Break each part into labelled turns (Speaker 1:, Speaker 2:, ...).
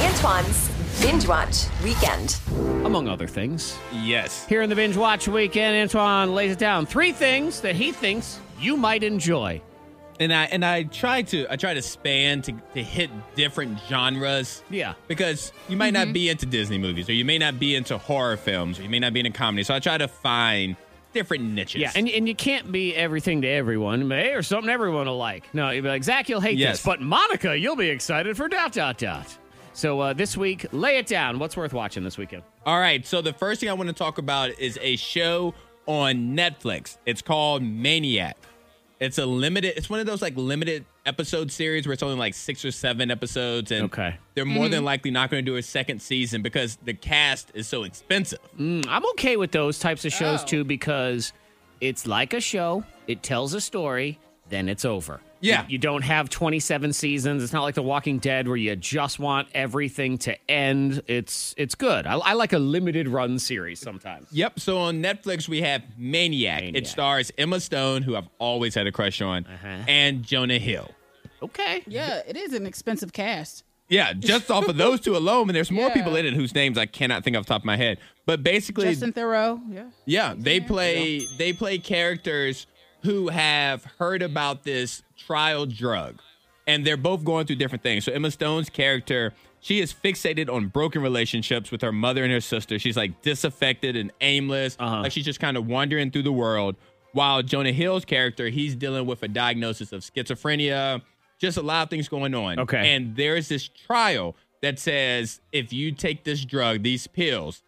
Speaker 1: Antoine's Binge Watch Weekend.
Speaker 2: among other things.
Speaker 3: Yes.
Speaker 2: Here in the Binge Watch Weekend, Antoine lays it down. Three things that he thinks you might enjoy.
Speaker 3: And I and I try to I try to span to, to hit different genres.
Speaker 2: Yeah. Mm-hmm.
Speaker 3: Because you might not be into Disney movies or you may not be into horror films or you may not be into comedy. So I try to find different niches.
Speaker 2: Yeah, and, and you can't be everything to everyone. Hey, or something everyone will like. No, you'll be like, Zach, you'll hate
Speaker 3: Yes.
Speaker 2: this, but Monica, you'll be excited for dot, dot, dot. So uh, this week, lay it down. What's worth watching this weekend?
Speaker 3: All right. So the first thing I want to talk about is a show on Netflix. It's called Maniac. It's a limited. It's one of those like limited episode series where it's only like six or seven episodes, and
Speaker 2: Okay. Mm-hmm.
Speaker 3: they're more than likely not going to do a second season because the cast is so expensive.
Speaker 2: I'm okay with those types of shows
Speaker 3: Oh.
Speaker 2: too because it's like a show. It tells a story, then it's over.
Speaker 3: Yeah.
Speaker 2: You, you don't have 27 seasons. It's not like The Walking Dead where you just want everything to end. It's it's good. I, I like a limited run series sometimes.
Speaker 3: Yep. So on Netflix we have Maniac.
Speaker 2: Maniac.
Speaker 3: It stars Emma Stone, who I've always had a crush on, and Jonah Hill.
Speaker 2: Okay.
Speaker 4: Yeah, it is an expensive cast.
Speaker 3: Yeah, just off of those two alone, and there's more
Speaker 4: Yeah.
Speaker 3: people in it whose names I cannot think off the top of my head. But basically,
Speaker 4: Justin Thoreau. Yeah.
Speaker 3: Yeah, they play they play characters who have heard about this trial drug, and they're both going through different things. So Emma Stone's character, she is fixated on broken relationships with her mother and her sister. She's like disaffected and aimless, like she's just kind of wandering through the world. While Jonah Hill's character, he's dealing with a diagnosis of schizophrenia, just a lot of things going on.
Speaker 2: Okay.
Speaker 3: and there's this trial that says if you take this drug, these pills,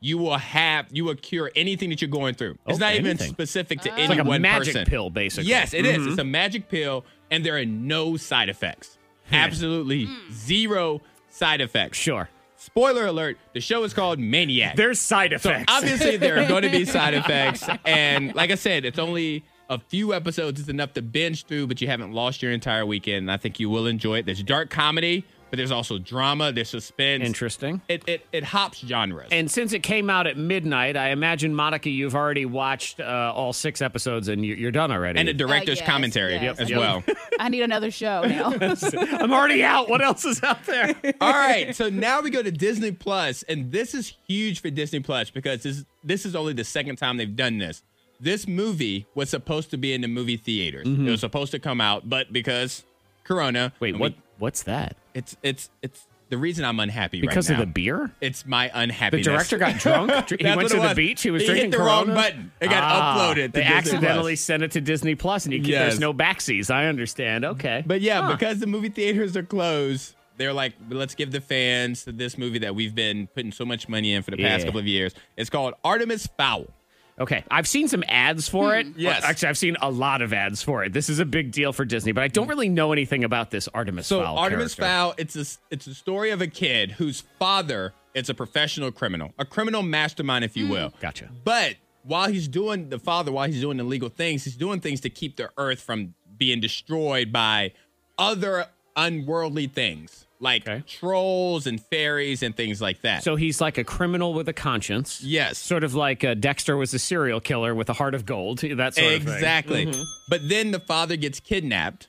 Speaker 3: you will have you will cure anything that you're going through. It's
Speaker 2: Mm-hmm. Oh,
Speaker 3: not even
Speaker 2: anything.
Speaker 3: specific to
Speaker 2: It's
Speaker 3: any
Speaker 2: like a
Speaker 3: one
Speaker 2: magic
Speaker 3: person.
Speaker 2: pill, basically. Mm-hmm.
Speaker 3: Yes, it is. It's a magic pill, and there are no side effects. Absolutely zero side effects.
Speaker 2: Hmm. Sure.
Speaker 3: Spoiler alert: the show is called Maniac.
Speaker 2: There's side
Speaker 3: so obviously there are going to be side effects, and like I said, it's only. A few episodes It's enough to binge through, but you haven't lost your entire weekend. I think you will enjoy it. There's dark comedy, but there's also drama, there's suspense.
Speaker 2: Interesting.
Speaker 3: It, it, it hops genres.
Speaker 2: And since it came out at midnight, I imagine Monica, you've already watched uh, all six episodes and you- you're done already.
Speaker 3: and a director's
Speaker 4: yes,
Speaker 3: commentary
Speaker 4: yes.
Speaker 3: as
Speaker 2: Yep.
Speaker 3: well.
Speaker 4: I need another show now.
Speaker 2: I'm already out. What else is out there?
Speaker 3: All right, so now we go to Disney Plus, and this is huge for Disney Plus because this this is only the second time they've done this. This movie was supposed to be in the movie theaters. It was supposed to come out, but because Corona,
Speaker 2: Mm-hmm. Wait,
Speaker 3: and
Speaker 2: what?
Speaker 3: we-
Speaker 2: What's that?
Speaker 3: it's it's it's the reason I'm unhappy
Speaker 2: Because
Speaker 3: right
Speaker 2: of
Speaker 3: now.
Speaker 2: the beer?
Speaker 3: It's my
Speaker 2: The
Speaker 3: unhappiness.
Speaker 2: director got drunk. Dr- he went
Speaker 3: That's what
Speaker 2: to
Speaker 3: it
Speaker 2: the
Speaker 3: was.
Speaker 2: beach. He was
Speaker 3: He
Speaker 2: drinking
Speaker 3: hit the wrong
Speaker 2: Coronas.
Speaker 3: button. It got
Speaker 2: Ah,
Speaker 3: uploaded to
Speaker 2: They
Speaker 3: Disney
Speaker 2: accidentally
Speaker 3: Plus.
Speaker 2: sent it to Disney Plus, and you,
Speaker 3: Yes.
Speaker 2: there's no backseas. I understand. Okay,
Speaker 3: But yeah,
Speaker 2: Huh.
Speaker 3: because the movie theaters are closed, they're like, let's give the fans this movie that we've been putting so much money in for the past
Speaker 2: Yeah.
Speaker 3: couple of years. It's called Artemis Fowl.
Speaker 2: okay, I've seen some ads for it.
Speaker 3: Hmm. Yes.
Speaker 2: Well, actually, I've seen a lot of ads for it. This is a big deal for Disney, but I don't really know anything about this Artemis
Speaker 3: Hmm. So
Speaker 2: Fowl.
Speaker 3: Artemis
Speaker 2: character.
Speaker 3: Fowl, it's a it's a story of a kid whose father is a professional criminal, a criminal mastermind, if you will.
Speaker 2: Hmm. Gotcha.
Speaker 3: But while he's doing the father, while he's doing illegal things, he's doing things to keep the earth from being destroyed by other unworldly things like
Speaker 2: Okay.
Speaker 3: trolls and fairies and things like that.
Speaker 2: So he's like a criminal with a conscience.
Speaker 3: Yes.
Speaker 2: Sort of like uh, Dexter was a serial killer with a heart of gold. That sort of thing.
Speaker 3: exactly. But then the father gets kidnapped,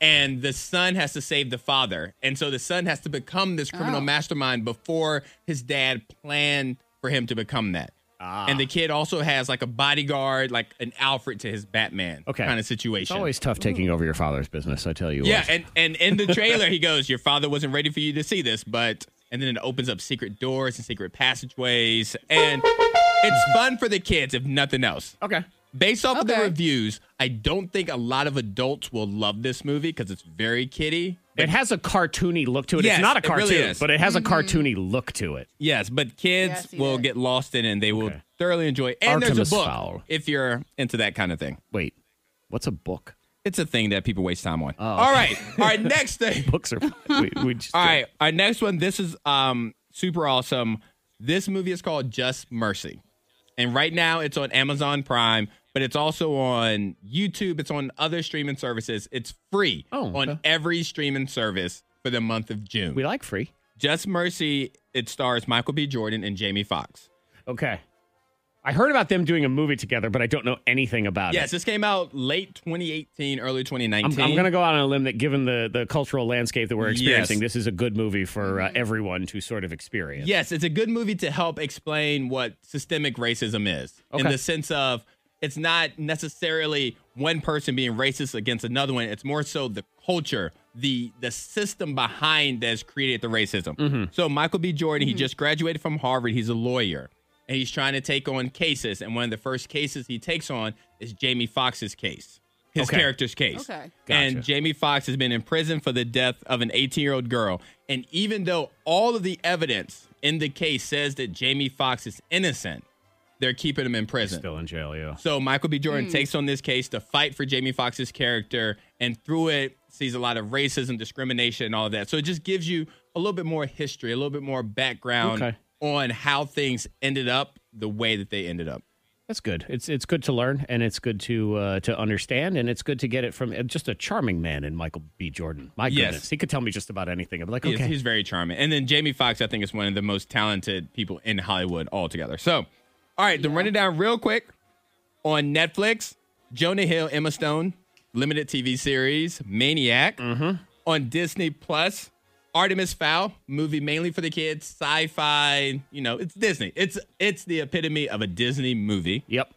Speaker 3: and the son has to save the father, and so the son has to become this criminal mastermind before his dad planned for him to become that.
Speaker 2: Ah.
Speaker 3: And the kid also has like a bodyguard, like an Alfred to his Batman
Speaker 2: Okay.
Speaker 3: kind of situation.
Speaker 2: It's always tough
Speaker 3: Hmm.
Speaker 2: taking over your father's business. I tell you.
Speaker 3: yeah,
Speaker 2: what.
Speaker 3: and, and in the trailer, he goes, Your father wasn't ready for you to see this, but. And then it opens up secret doors and secret passageways. And it's fun for the kids, if nothing else.
Speaker 2: okay.
Speaker 3: Based off of the
Speaker 4: Okay.
Speaker 3: reviews, I don't think a lot of adults will love this movie because it's very kiddie.
Speaker 2: It has a cartoony look to it.
Speaker 3: Yes,
Speaker 2: it's not a
Speaker 3: it really
Speaker 2: cartoon,
Speaker 3: is.
Speaker 2: but it has a cartoony look to it.
Speaker 3: Yes, but kids
Speaker 4: Yes, you
Speaker 3: will
Speaker 4: did.
Speaker 3: get lost in it and they will thoroughly enjoy it. And
Speaker 2: Artemis
Speaker 3: there's a book
Speaker 2: Fowl.
Speaker 3: if you're into that kind of thing.
Speaker 2: Wait, what's a book?
Speaker 3: It's a thing that people waste time on. All right. All right, next thing.
Speaker 2: Books are. we, we just,
Speaker 3: All right, our next one. This is um super awesome. This movie is called Just Mercy, and right now it's on Amazon Prime, but it's also on YouTube. It's on other streaming services. It's free
Speaker 2: Oh, okay.
Speaker 3: on every streaming service for the month of June.
Speaker 2: We like free.
Speaker 3: Just Mercy. It stars Michael B. Jordan and Jamie Foxx.
Speaker 2: Okay. I heard about them doing a movie together, but I don't know anything about
Speaker 3: Yes,
Speaker 2: it.
Speaker 3: this came out late 2018, early 2019.
Speaker 2: I'm, I'm going to go out on a limb that given the, the cultural landscape that we're
Speaker 3: Yes.
Speaker 2: experiencing, this is a good movie for uh, everyone to sort of experience.
Speaker 3: Yes, it's a good movie to help explain what systemic racism is in
Speaker 2: Okay.
Speaker 3: the sense of it's not necessarily one person being racist against another one. It's more so the culture, the the system behind that's created the racism.
Speaker 2: Mm-hmm.
Speaker 3: So Michael B. Jordan, he just graduated from Harvard. He's a lawyer, and he's trying to take on cases. And one of the first cases he takes on is Jamie Foxx's case, his
Speaker 2: Okay.
Speaker 3: character's case.
Speaker 4: Okay.
Speaker 3: And
Speaker 2: Gotcha.
Speaker 3: Jamie Foxx has been in prison for the death of an 18 year old girl. And even though all of the evidence in the case says that Jamie Foxx is innocent, they're keeping him in prison.
Speaker 2: Still in jail, yeah.
Speaker 3: So Michael B. Jordan takes on this case to fight for Jamie Foxx's character, and through it sees a lot of racism, discrimination, and all that. So it just gives you a little bit more history, a little bit more background
Speaker 2: Okay.
Speaker 3: on how things ended up the way that they ended up.
Speaker 2: That's good. It's it's good to learn and it's good to uh, to understand and it's good to get it from uh, just a charming man in Michael B. Jordan. My
Speaker 3: Yes.
Speaker 2: goodness, he could tell me just about anything. I'm like,
Speaker 3: He
Speaker 2: okay,
Speaker 3: is- He's very charming. And then Jamie Foxx, I think, is one of the most talented people in Hollywood altogether. So, all right, to run it down real quick on Netflix, Jonah Hill, Emma Stone, limited TV series, Maniac.
Speaker 2: Mm-hmm.
Speaker 3: On Disney Plus, Artemis Fowl, movie mainly for the kids, sci-fi. You know, it's Disney. It's it's the epitome of a Disney movie
Speaker 2: yep,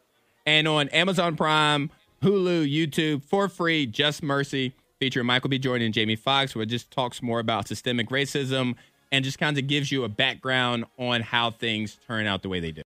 Speaker 3: and on Amazon Prime, Hulu, YouTube for free. Just Mercy, featuring Michael B. Jordan and Jamie Foxx, where it just talks more about systemic racism and just kind of gives you a background on how things turn out the way they do.